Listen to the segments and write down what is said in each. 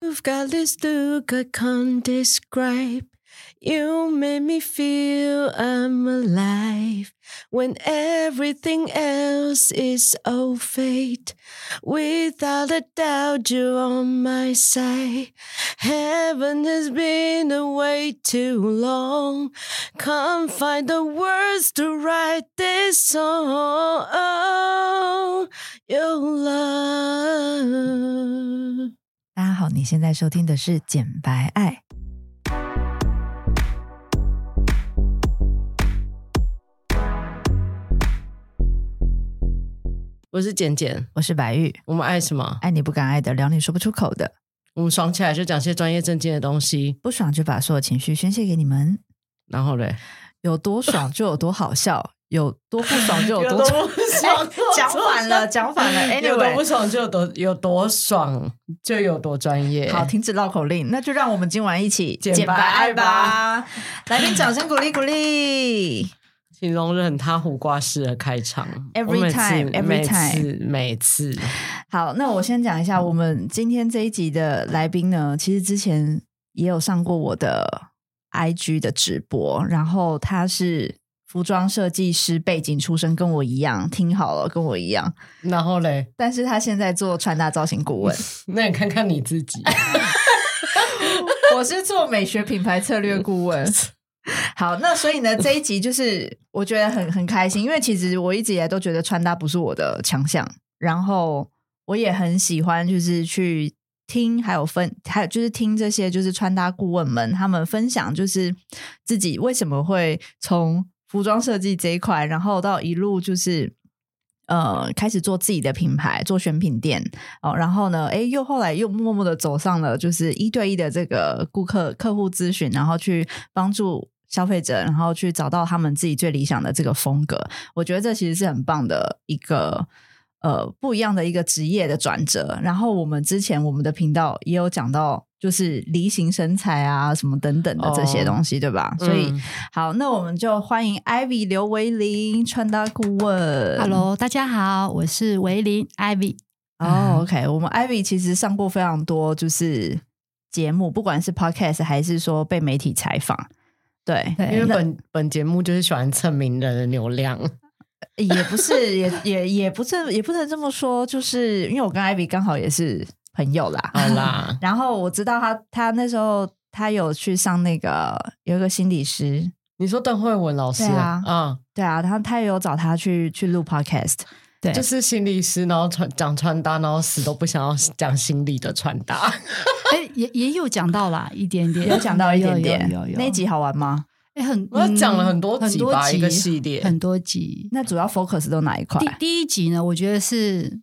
You've got this look I can't describe. You make me feel I'm alive when everything else is all fate. Without a doubt, you're on my side. Heaven has been away too long. Can't find the words to write this song. Your love. 大家好，你现在收听的是《简白爱》。我是简简，我是白玉，我们爱什么？爱你不敢爱的，聊你说不出口的，我们爽起来就讲些专业正经的东西，不爽就把所有情绪宣泄给你们，然后嘞，有多爽就有多好笑，有多不爽就有多爽哎讲 反了，讲反了。有多不 Anyway，爽就有多有多爽，就有多专业。好，停止绕口令，那就让我们今晚一起简白爱吧吧！来宾掌声鼓励鼓励。请容忍他胡瓜式的开场。 Every 我每次 time, every 每次 time 每次好，那我先讲一下，我们今天这一集的来宾呢，其实之前也有上过我的 IG 的直播，然后他是服装设计师背景出身，跟我一样，听好了，跟我一样，然后嘞，但是他现在做穿搭造型顾问，那你看看你自己， 我是做美学品牌策略顾问。好，那所以呢，这一集就是我觉得很很开心，因为其实我一直以来都觉得穿搭不是我的强项，然后我也很喜欢就是去听，还有分， 还有就是听这些就是穿搭顾问们他们分享，就是自己为什么会从服装设计这一块，然后到一路就是。呃，开始做自己的品牌，做选品店，哦，然后呢，诶，又后来又默默的走上了就是一对一的这个顾客客户咨询，然后去帮助消费者，然后去找到他们自己最理想的这个风格。我觉得这其实是很棒的一个呃不一样的一个职业的转折。然后我们之前我们的频道也有讲到，就是梨形身材啊什么等等的这些哦东西，对吧？ 所以、嗯好，那我们就欢迎 Ivy 刘维林穿搭顾问。 Hello，大家好，我是维林 Ivy。哦、o k 我们 Ivy 其实上过非常多就是节目，不管是 podcast 还是说被媒体采访，对，对因为本本节目就是喜欢蹭名人的流量，也不是，也也也不是，也不能这么说，就是因为我跟 Ivy 刚好也是朋友啦，，哦好啦 然后我知道他，他那时候他有去上那个有一个心理师，你说邓慧文老师对啊嗯对啊，然后他也有找他去去录 podcast，对，就是心理师，然后穿讲穿搭，然后死都不想要讲心理的穿搭。哎、也也有讲到啦，一点 点，有讲到一点点，有有有有那一集好玩吗？哎、很，我嗯讲了很多很集多吧，集一个系列。哎很多集。那主要 focus 都哪一块？第第一集呢，我觉得是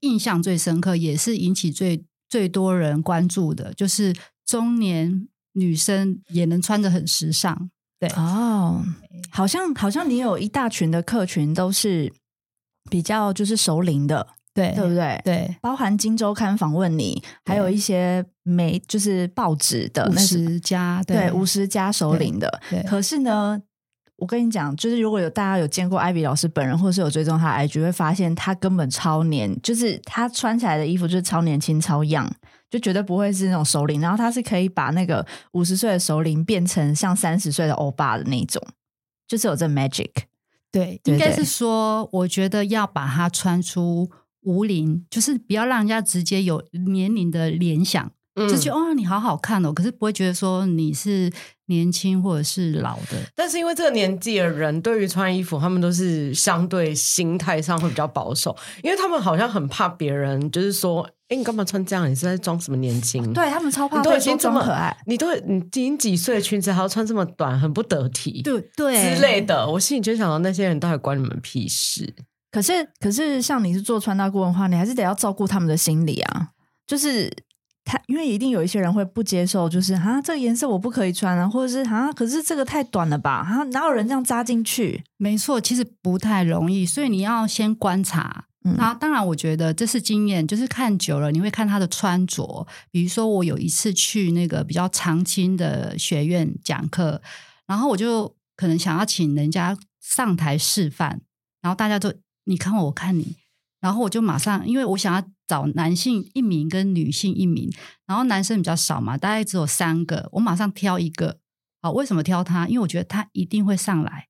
印象最深刻，也是引起最最多人关注的，就是中年女生也能穿着很时尚。哦，好像好像你有一大群的客群都是比较就是熟龄的，对对不对？对，包含《金周刊》访问你，还有一些媒就是报纸的五那是十加，对五十加首领的。对可是呢，我跟你讲，就是如果有大家有见过艾比老师本人，或是有追踪他的 IG，会发现他根本超年，就是他穿起来的衣服就是超年轻、超样，就绝对不会是那种首领。然后他是可以把那个五十岁的首领变成像三十岁的欧巴的那种，就是有这 magic。对，对应该对是说，我觉得要把它穿出无龄，就是不要让人家直接有年龄的联想，嗯就觉得哦，你好好看哦，可是不会觉得说你是年轻或者是老的。但是因为这个年纪的人，对于穿衣服，他们都是相对心态上会比较保守，因为他们好像很怕别人，就是说，哎，你干嘛穿这样？你是在装什么年轻？，对他们超怕你都被已说经这装么可爱。，你都你已经几岁的裙子还要穿这么短，很不得体，对对之类的。我心里就想到，那些人到底关你们屁事？可是，可是像你是做穿搭顾问的话，你还是得要照顾他们的心理啊。就是他，因为一定有一些人会不接受，就是啊，这个颜色我不可以穿啊，或者是啊，可是这个太短了吧？啊，哪有人这样扎进去？没错，其实不太容易，所以你要先观察。嗯那当然，我觉得这是经验，就是看久了你会看他的穿着。比如说，我有一次去那个比较常青的学院讲课，然后我就可能想要请人家上台示范，然后大家就你看我，我看你，然后我就马上，因为我想要找男性一名跟女性一名，然后男生比较少嘛，大概只有三个，我马上挑一个。好，为什么挑他？因为我觉得他一定会上来，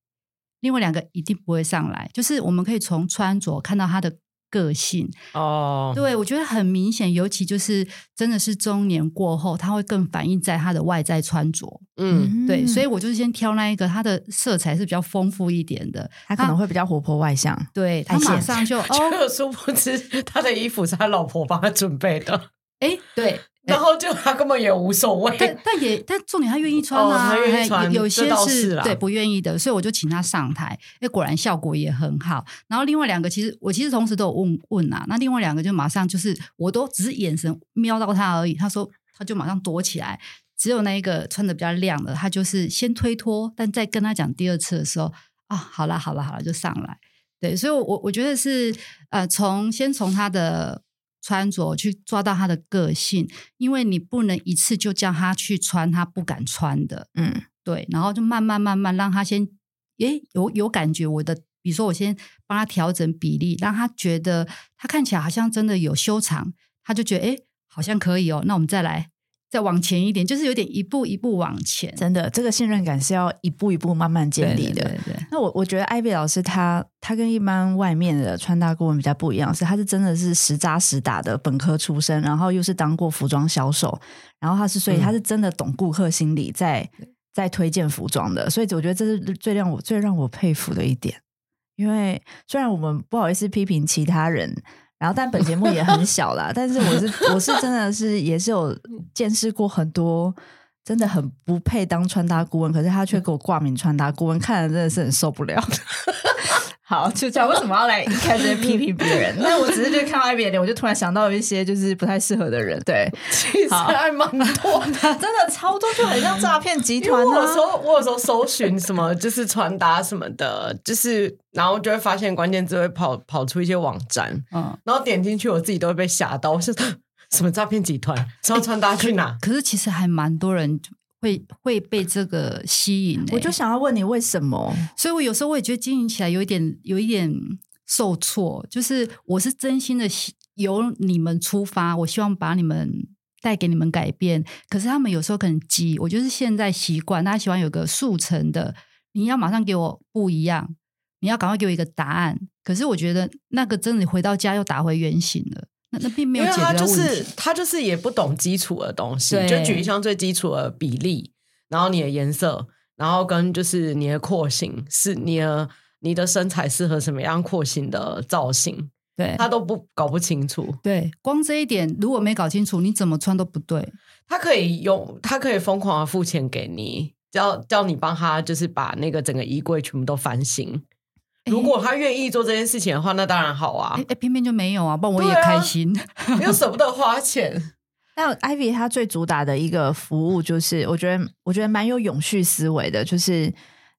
另外两个一定不会上来。就是我们可以从穿着看到他的个性，嗯哦，对我觉得很明显，尤其就是真的是中年过后，他会更反映在他的外在穿着。嗯，对，所以我就是先挑那一个，他的色彩是比较丰富一点的，他可能会比较活泼外向。对他爱现马上就 哦， 就殊不知 他的衣服是他老婆帮他准备的，哎，对，然后就他根本也无所但 谓。但也但重点他愿意穿啊，哦他愿意嘿穿有有这些倒是是啦对不愿意的，所以我就请他上台，哎，果然效果也很好。然后另外两个其实我其实同时都有问问啊，那另外两个就马上就是我都只是眼神瞄到他而已，他说他就马上躲起来。只有那一个穿的比较亮的，他就是先推脱，但在跟他讲第二次的时候啊，好啦好啦好啦，就上来。对，所以我，我我觉得是呃，从先从他的穿着去抓到他的个性，因为你不能一次就叫他去穿他不敢穿的，嗯，对，然后就慢慢慢慢让他先，诶，有有感觉我的，比如说我先帮他调整比例，让他觉得他看起来好像真的有修长，他就觉得诶，好像可以哦，那我们再来，再往前一点，就是有点一步一步往前真的，这个信任感是要一步一步慢慢建立的。对对对对那我我觉得艾比老师他他跟一般外面的穿搭顾问比较不一样，是他是真的是实扎实打的本科出身，然后又是当过服装销售，然后他是所以嗯他是真的懂顾客心理在，在、推荐服装的，所以我觉得这是最让我最让我佩服的一点。因为虽然我们不好意思批评其他人，然后但本节目也很小啦，但是我是我是真的是也是有见识过很多真的很不配当穿搭顾问，可是他却给我挂名穿搭顾问，看了真的是很受不了。 好，就 这样。为什么要来一开始批评别人？ 那我只是就看到艾比的脸，我就突然想到一些就是不太适合的人。对，其实好还蛮啊多的。 真的超多，就很像诈骗集因为团、我有啊时。候我有时候搜寻什么，就是传达什么的，就是然后就会发现关键字会跑跑出一些网站，嗯。然后点进去，我自己都会被吓到，我是什么诈骗集团，什么传达去哪？可是其实还蛮多人会会被这个吸引、欸，我就想要问你为什么？所以我有时候我也觉得经营起来有一点有一点受挫，就是我是真心的由你们出发，我希望把你们。带给你们改变，可是他们有时候可能急，我就是现在习惯，大家喜欢有个速成的，你要马上给我不一样，你要赶快给我一个答案。可是我觉得那个真的回到家又打回原形了，那那并没因有为解决他到就问题。是他就是也不懂基础的东西，对就举一项最基础的比例，然后你的颜色，然后跟就是你的廓形是你的你的身材适合什么样廓形的造型，对他都不搞不清楚。对，光这一点如果没搞清楚，你怎么穿都不对。他可以用，他可以疯狂的付钱给你，叫叫你帮他，就是把那个整个衣柜全部都翻新。如果他愿意做这件事情的话，那当然好啊哎，哎，偏偏就没有啊，不然我也对啊开心。又舍不得花 钱。那 Ivy 她最主打的一个服务就是，我觉得我觉得蛮有永续思维的，就是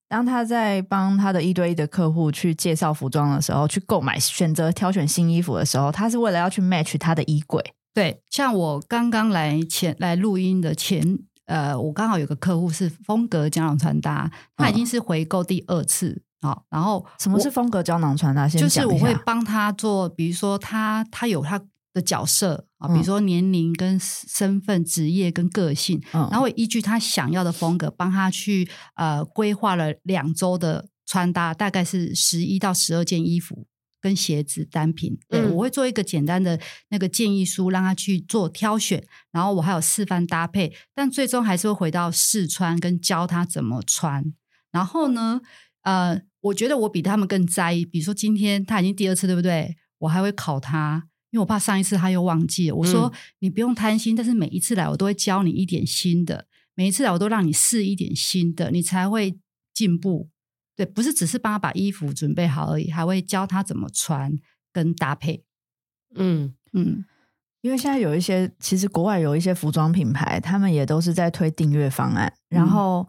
当她在帮她的一对一的客户去介绍服装的时候，去购买、选择、挑选新衣服的时候，她是为了要去 match 她的衣柜。对，像我刚刚来前来录音的前，呃，我刚好有个客户是风格胶囊穿搭，他嗯已经是回购第二次啊、好然后什么我是风格胶囊穿搭？啊先就是讲我一下会帮他做，比如说他他有他的角色啊，比嗯如说年龄、跟身份、职业跟个性，嗯然后我依据他想要的风格，帮他去呃规划了两周的穿搭，大概是十一到十二件衣服跟鞋子单品。对、嗯我会做一个简单的那个建议书，让他去做挑选，然后我还有示范搭配，但最终还是会回到试穿跟教他怎么穿。然后呢，呃，我觉得我比他们更在意，比如说今天他已经第二次，对不对？我还会考他。因为我怕上一次他又忘记了，我说、你不用贪心，但是每一次来我都会教你一点新的，每一次来我都让你试一点新的，你才会进步。对，不是只是帮他把衣服准备好而已，还会教他怎么穿跟搭配。嗯，嗯，因为现在有一些，其实国外有一些服装品牌，他们也都是在推订阅方案。然后，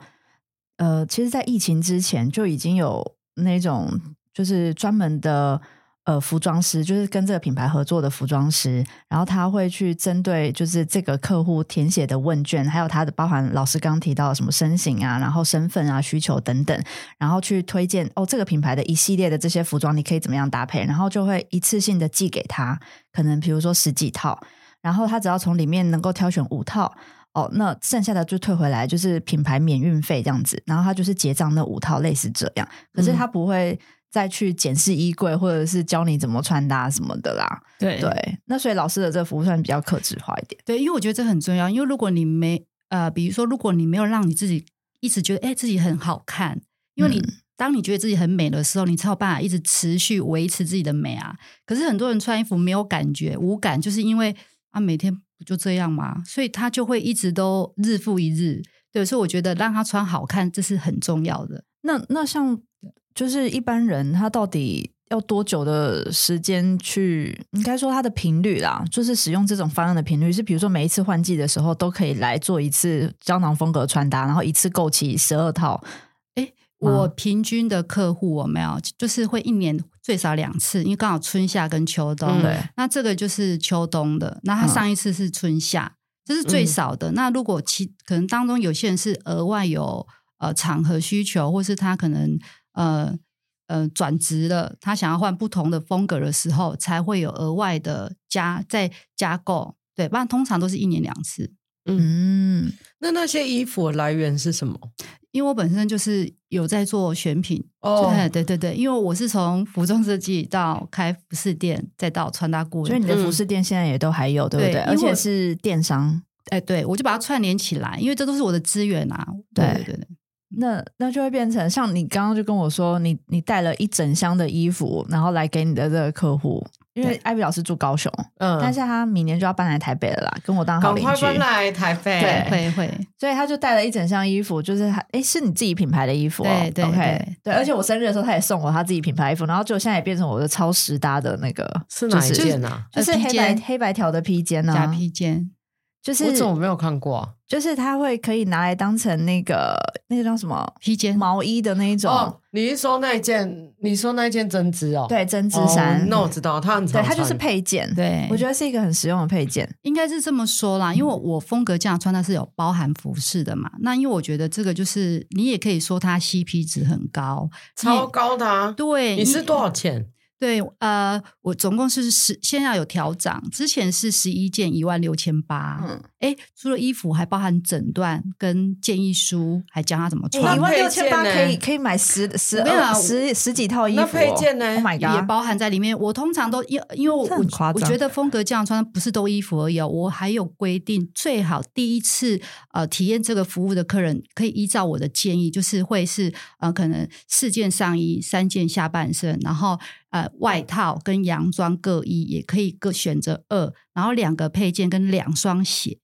呃，其实，在疫情之前就已经有那种就是专门的呃服装师，就是跟这个品牌合作的服装师，然后他会去针对就是这个客户填写的问卷，还有他的包含老师刚提到的什么身形啊，然后身份啊、需求等等，然后去推荐哦这个品牌的一系列的这些服装你可以怎么样搭配，然后就会一次性的寄给他，可能比如说十几套，然后他只要从里面能够挑选五套。哦，那剩下的就退回来，就是品牌免运费这样子，然后他就是结账那五套，类似这样。可是他不会再去检视衣柜，或者是教你怎么穿搭什么的啦。哎对对，那所以老师的这个服务算比较克制化一点。对，因为我觉得这很重要，因为如果你没呃，比如说如果你没有让你自己一直觉得哎、自己很好看，因为你、嗯当你觉得自己很美的时候，你才有办法一直持续维持自己的美啊。可是很多人穿衣服没有感觉、无感，就是因为啊每天不就这样嘛，所以他就会一直都日复一日。对，所以我觉得让他穿好看这是很重要的。那那像就是一般人，他到底要多久的时间去？应该说他的频率啦，就是使用这种方案的频率是，比如说每一次换季的时候都可以来做一次胶囊风格穿搭，然后一次购齐十二套。我平均的客户我没有，就是会一年最少两次，因为刚好春夏跟秋嗯冬。对，那这个就是秋冬的，那他嗯上一次是春夏，这是最少的。那如果其可能当中有些人是额外有呃场合需求，或是他可能呃呃转职了，他想要换不同的风格的时候，才会有额外的加再加购。对，不然通常都是一年两次。嗯，那那些衣服的来源是什么？因为我本身就是有在做选品，哦对对对对，因为我是从服装设计到开服饰店，再到穿搭顾所以问你，的服饰店现在也都还有，嗯对不对对？因为而且我是电商。哎，对我就把它串联起来，因为这都是我的资源啊。对对对对，那那就会变成像你刚刚就跟我说，你你带了一整箱的衣服，然后来给你的这个客户，因为对艾比老师住高雄，但嗯是，他明年就要搬来台北了啦，跟我当好赶邻快居，搬来台北。对会会，所以他就带了一整箱衣服，就是他哎是你自己品牌的衣服、哦，对对 o k 对对，而且我生日的时候他也送我他自己品牌衣服，然后就现在也变成我的超时搭的那个，是哪一就是件啊？就是呃披黑白肩黑白条的披肩嗯假啊，披肩，就是我怎么没有看过啊？就是他会可以拿来当成那个那个叫什么披肩，毛衣的那一种，哦，你是说那一件？你说那一件针织哦？对，针织哦，衫，那我知道，它很对，常它就是穿配件。对，我觉得是一个很实用的配件。应该是这么说啦，因为嗯我风格这样穿，它是有包含服饰的嘛。那因为我觉得这个就是你也可以说它 CP 值很高，超高的啊。对，你是多少钱？对，呃，我总共是十，现在有调涨，之前是十一件一万六千八，嗯，哎，除了衣服还包含诊断跟建议书，还教他怎么一穿，那万配六千件八呢可以可以买十十我跟你二讲十十几套衣服哦。那配件呢 o h my 也 god！包含在里面。我通常都因因为我这很夸我张觉得风格这样穿不是都衣服而已、哦，我还有规定，最好第一次呃体验这个服务的客人可以依照我的建议，就是会是呃可能四件上衣、三件下半身，然后呃外套跟洋装各一，也可以各选择二，然后两个配件跟两双鞋。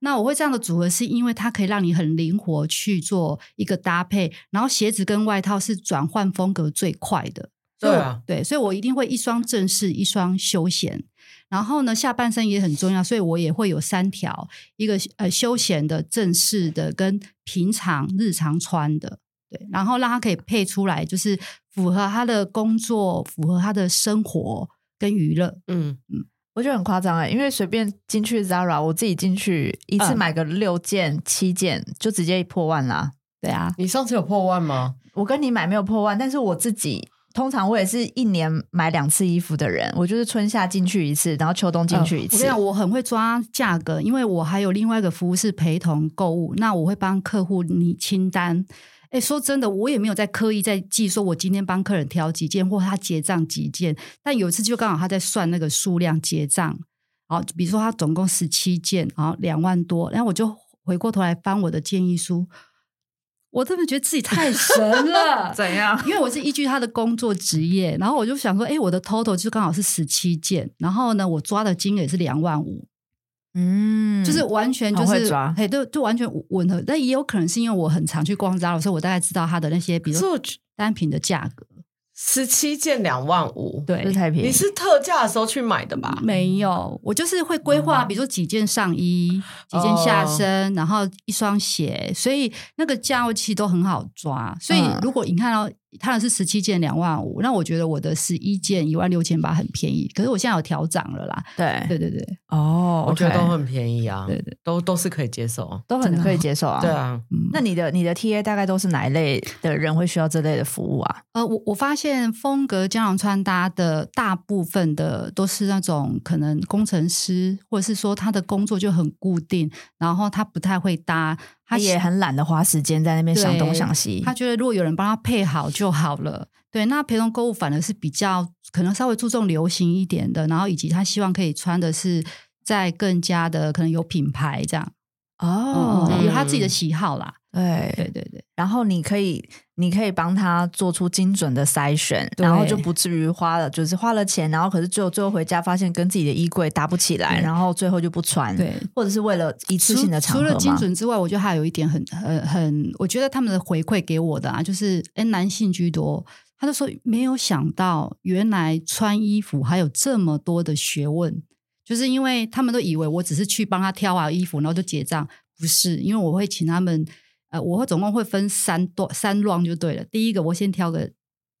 那我会这样的组合，是因为它可以让你很灵活去做一个搭配，然后鞋子跟外套是转换风格最快的。所以对我啊对，所以我一定会一双正式，一双休闲。然后呢，下半身也很重要，所以我也会有三条，一个呃休闲的、正式的跟平常日常穿的。对，然后让它可以配出来，就是符合他的工作，符合他的生活跟娱乐。嗯，我觉得很夸张哎，因为随便进去 Zara，我自己进去一次嗯买个六件七件，就直接破万啦。对啊，你上次有破万吗？我跟你买没有破万，但是我自己通常我也是一年买两次衣服的人，我就是春夏进去一次，然后秋冬进去一我跟次，你。讲，我很会抓价格，因为我还有另外一个服务是陪同购物，那我会帮客户拟清单。哎，说真的，我也没有在刻意在记，说我今天帮客人挑几件，或他结账几件。但有一次就刚好他在算那个数量结账，好，比如说他总共十七件，然后两万多，然后我就回过头来翻我的建议书，我真的觉得自己太神了怎样？因为我是依据他的工作职业，然后我就想说，哎、我的 total 就刚好是十七件，然后呢，我抓的金额也是两万五、嗯，就是完全就很会是抓嘿，对，就完全吻合。但也有可能是因为我很常去逛 Zara，所以我大概知道它的那些，比可是如说我觉单品的价格。十七件两万五，这对，嗯太便宜。你是特价的时候去买的吧？没有，我就是会规划，比如说几件上衣、几件下身，然后一双鞋，所以那个价位其实都很好抓。所以嗯如果你看到他的是十七件两万五，那我觉得我的十一件一万六千八很便宜，可是我现在有调涨了啦。对，对对对，哦，我觉得 OK 都很便宜啊，对对都都是可以接受。都很可以接受啊。对，啊，嗯，那你的你的 TA 大概都是哪一类的人会需要这类的服务啊？呃，我我发现风格胶囊穿搭的大部分的都是那种可能工程师，或者是说他的工作就很固定，然后他不太会搭，他他也很懒得花时间在那边想东想西，他觉得如果有人帮他配好就好了。对，那陪同购物反而是比较可能稍微注重流行一点的，然后以及他希望可以穿的是在更加的可能有品牌这样，哦嗯，有他自己的喜好啦。对，对对对，然后你可以你可以帮他做出精准的筛选，对然后就不至于花了就是花了钱，然后可是最后最后回家发现跟自己的衣柜搭不起来，对然后最后就不穿，对，或者是为了一次除性的场除合了嘛精准之外，我觉得还有一点很很很，我觉得他们的回馈给我的啊，就是哎，诶男性居多。他就说没有想到，原来穿衣服还有这么多的学问，就是因为他们都以为我只是去帮他挑好衣服，然后就结账，不是，因为我会请他们，呃，我会总共会分三段三 round 就对了。第一个我先挑个。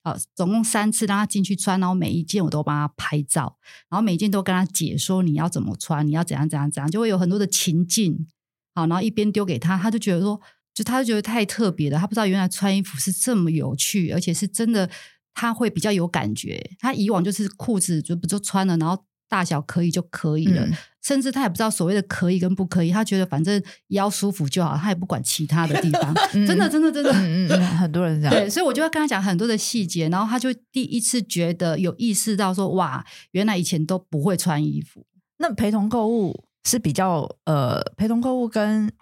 呃，总共三次让他进去穿，然后每一件我都帮他拍照，然后每一件都跟他解说你要怎么穿，你要怎样怎样怎样，就会有很多的情境。好，然后一边丢给他，他就觉得说，就他就觉得太特别了，他不知道原来穿衣服是这么有趣，而且是真的他会比较有感觉。他以往就是裤子就不就穿了，然后大小可以就可以了，嗯甚至他也不知道所谓的可以跟不可以，他觉得反正腰舒服就好，他也不管其他的地方。嗯真的，真的，真的。嗯嗯嗯，很多人这样， 对，所以我就要跟他讲很多的细节，然后他就第一次觉得有意识到说，哇，原来以前都不会穿衣服。那陪同购物是比较呃，陪同购物跟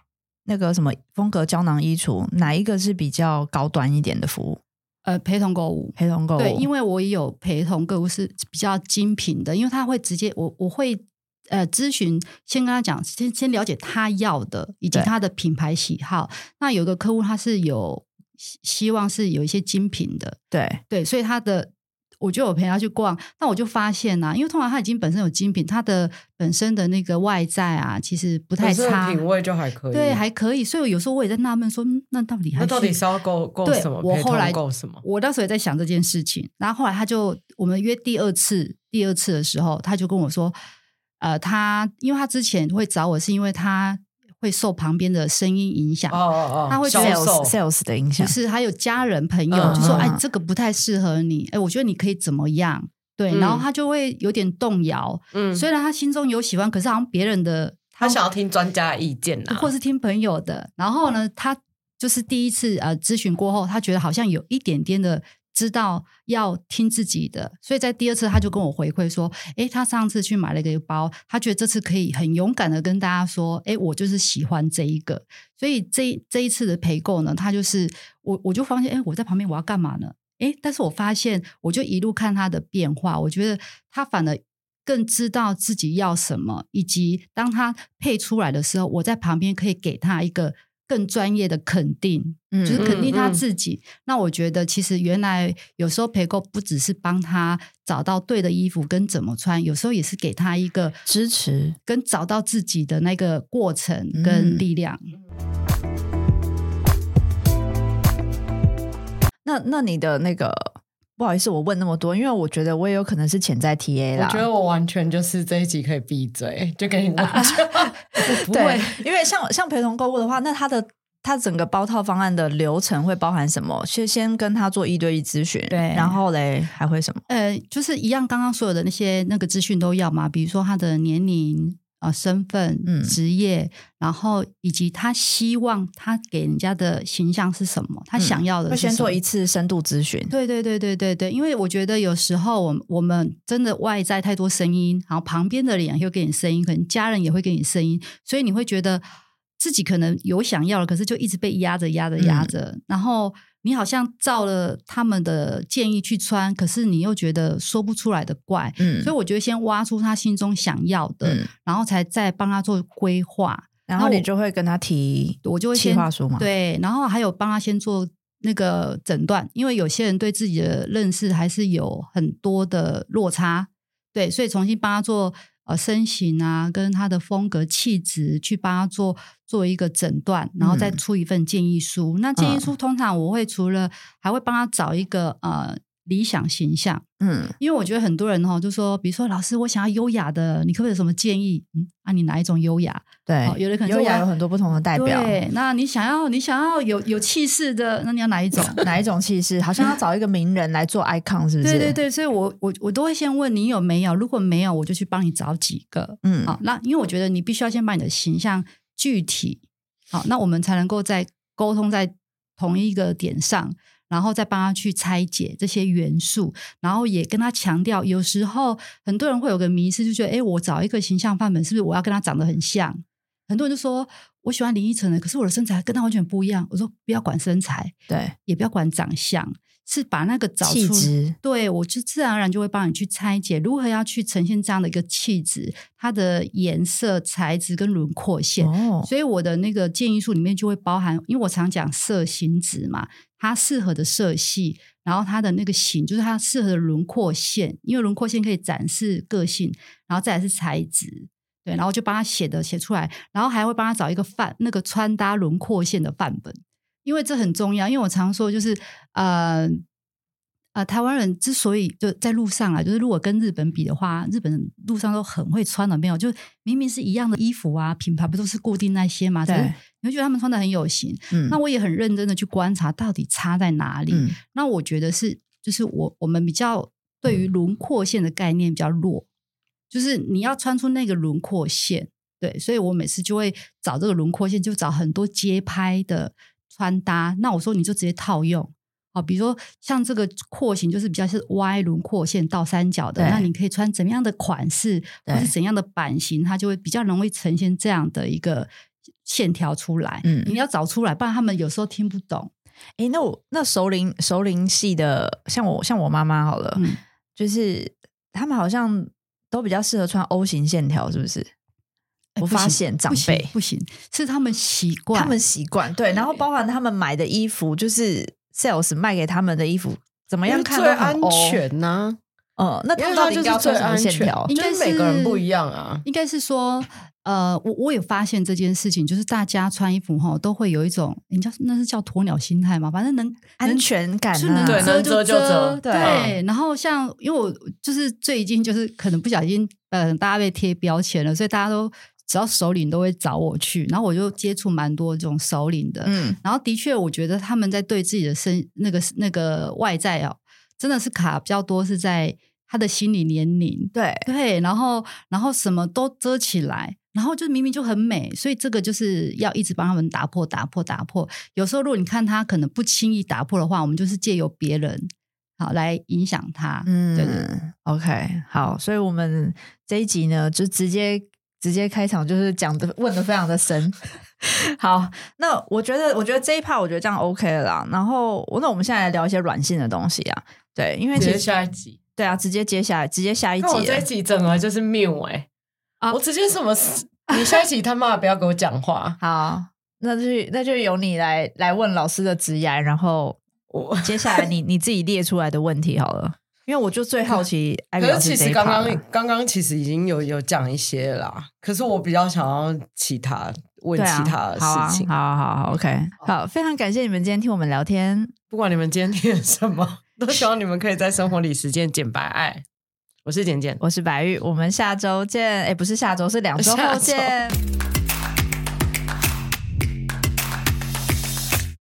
那个什么风格胶囊衣橱，哪一个是比较高端一点的服务？呃，陪同购物，陪同购物，对，因为为我也有陪同购物是比较精品的，因为他会直接我我会呃咨询，先跟他讲，先先了解他要的以及对他的品牌喜好。那有一个客户他是有希希望是有一些精品的，对对，所以他的我就有陪他去逛，但我就发现啊呐、因为通常他已经本身有精品，他的本身的那个外在啊，其实不可太是差，品味就还可以。对，还可以。所以我有时候我也在纳闷说，嗯那到底还那到底是是要购购对什么？我陪后同来购什 么？我那时候也在想这件事情，然后后来他就我们约第二次，第二次的时候他就跟我说，呃，他因为他之前会找我是因为他会受旁边的声音影响，哦哦哦，他会销售 sales sales 的影响就，是还有家人朋友、嗯就说，嗯哎嗯，这个不太适合你，哎，我觉得你可以怎么样？对，嗯然后他就会有点动摇，嗯，虽然他心中有喜欢，可是好像别人的他想要听专家的意见啊呐，或是听朋友的。然后呢，他就是第一次呃咨询过后，他觉得好像有一点点的知道要听自己的，所以在第二次他就跟我回馈说，诶，他上次去买了一个包，他觉得这次可以很勇敢的跟大家说，诶，我就是喜欢这一个。所以这一这一次的陪购呢，他就是我我就发现，诶，我在旁边我要干嘛呢？诶，但是我发现，我就一路看他的变化，我觉得他反而更知道自己要什么，以及当他配出来的时候，我在旁边可以给他一个更专业的肯定，嗯就是肯定他嗯嗯自己。那我觉得，其实原来有时候陪购不只是帮他找到对的衣服跟怎么穿，有时候也是给他一个支持。跟找到自己的那个过程跟嗯力量。那那你的那个不好意思，我问那么多，因为我觉得我也有可能是潜在 TA 我啦。觉得我完全就是这一集可以闭嘴， 就给你完全 不对会。， 因为像像陪同购物的话，那它的它整个包套方案的流程会包含什么？先先跟他做一对一咨询，对然后嘞还会什么？呃，就是一样，刚刚所有的那些那个资讯都要嘛，比如说他的年龄。啊、身份、嗯职业，然后以及他希望他给人家的形象是什么，他想要的嗯会是什么、先做一次深度咨询。对对对对对对，因为我觉得有时候我们我们真的外在太多声音，然后旁边的人也会给你声音，可能家人也会给你声音，所以你会觉得自己可能有想要了，可是就一直被压着压着压嗯着，然后你好像照了他们的建议去穿，可是你又觉得说不出来的怪，嗯所以我觉得先挖出他心中想要的，嗯，然后才再帮他做规划。然后那我你就会跟他提，我就会计先划书嘛。，对，然后还有帮他先做那个诊断，因为有些人对自己的认识还是有很多的落差，对，所以重新帮他做呃身形啊，跟他的风格气质去帮他做做一个诊断，然后再嗯出一份建议书。那建议嗯书通常我会除了还会帮他找一个呃理想形象。嗯，因为我觉得很多人哦哈、就说，比如说老师，我想要优雅的，你可不可以有什么建议？嗯，啊，你哪一种优雅？对哦，有的可能优是雅我有很多不同的代表，对，那你想要你想要有有气势的，那你要哪一种？哪一种气势？好像要找一个名人来做 icon，是不是？对对，对，所以我我我都会先问你有没有，如果没有，我就去帮你找几个。嗯，好，那因为我觉得你必须要先把你的形象具体，好，那我们才能够在沟通在同一个点上，然后再帮他去拆解这些元素，然后也跟他强调，有时候很多人会有个迷失，就觉得，哎，我找一个形象范本，是不是我要跟他长得很像？很多人就说我喜欢林依晨欸的，可是我的身材跟他完全不一样。我说不要管身材，对，也不要管长相，是把那个找气出质，对，我就自然而然就会帮你去拆解如何要去呈现这样的一个气质，它的颜色、材质跟轮廓线。哦，所以我的那个建议书里面就会包含，因为我常讲色形值嘛，它适合的色系，然后它的那个型就是它适合的轮廓线，因为轮廓线可以展示个性，然后再来是材质。对，然后就帮他写的写出来，然后还会帮他找一个范那个穿搭轮廓线的范本，因为这很重要。因为我常说就是呃呃，台湾人之所以就在路上啊，就是如果跟日本比的话，日本人路上都很会穿的，没有？就明明是一样的衣服啊，品牌不都是固定那些嘛？只是对你会觉得他们穿的很有型。嗯，那我也很认真的去观察到底差在哪里。嗯那我觉得是，就是我我们比较对嗯于轮廓线的概念比较弱，就是你要穿出那个轮廓线。对，所以我每次就会找这个轮廓线，就找很多街拍的穿搭。那我说你就直接套用。哦，比如说像这个廓形就是比较是 Y 轮廓线倒三角的，对那你可以穿怎么样的款式对或是怎样的版型，它就会比较容易呈现这样的一个线条出来。嗯你要找出来，不然他们有时候听不懂。诶，那我那熟龄熟龄系的，像我像我妈妈好了，嗯，就是他们好像都比较适合穿 O 型线条，是不是？哎我不行发现长不行辈不行，是他们习惯，他们习惯对，然后包含他们买的衣服，就是 sales 卖给他们的衣服，怎么因样为看最都很安 O。全啊呐、哦嗯，那他因为们到它底就应该要是最穿什么安线全条，？应就该是每个人是不一样啊。应该是说，呃，我我有发现这件事情，就是大家穿衣服哈，都会有一种，你叫那是叫鸵鸟心态嘛，反正能安能全感就啊能对遮能遮就就遮嗯对。对然后像因为我就是最近就是可能不小心，呃，大家被贴标签了，所以大家都只要首领都会找我去，然后我就接触蛮多这种首领的，嗯，然后的确，我觉得他们在对自己的身那个那个外在哦，真的是卡比较多是在他的心理年龄，对，对，然后然后什么都遮起来，然后就明明就很美，所以这个就是要一直帮他们打破、打破、打破。有时候如果你看他可能不轻易打破的话，我们就是借由别人好来影响他，嗯，对对。 OK，好，所以我们这一集呢，就直接直接开场，就是讲的问的非常的深。 好，那我觉得，我觉得这一 part 我觉得这样 OK 了啦。然后，那我们现在来聊一些软性的东西啊。对，因为直其接实下一集，对啊，直接接下来，直接下一那我集这了一集整个就是谬哎、啊我直接什么事？你下一集他妈的不要给我讲话，好，那就那就由你来来问老师的职涯，然后我。接 下来你你自己列出来的问题好了。因为我就最好奇艾比可老是师其这一实 part 刚啊，刚刚刚其实已经有有讲一些了啦，可是我比较想要其他问对其啊，他的好啊事情。嗯好啊好啊好，OK，好，非常感谢你们今天听我们聊天。不管你们今天听了什么，都希望你们可以在生活里实践简白爱。我是简简，我是白玉，我们下周见。哎，不是下周，是两周下后周见。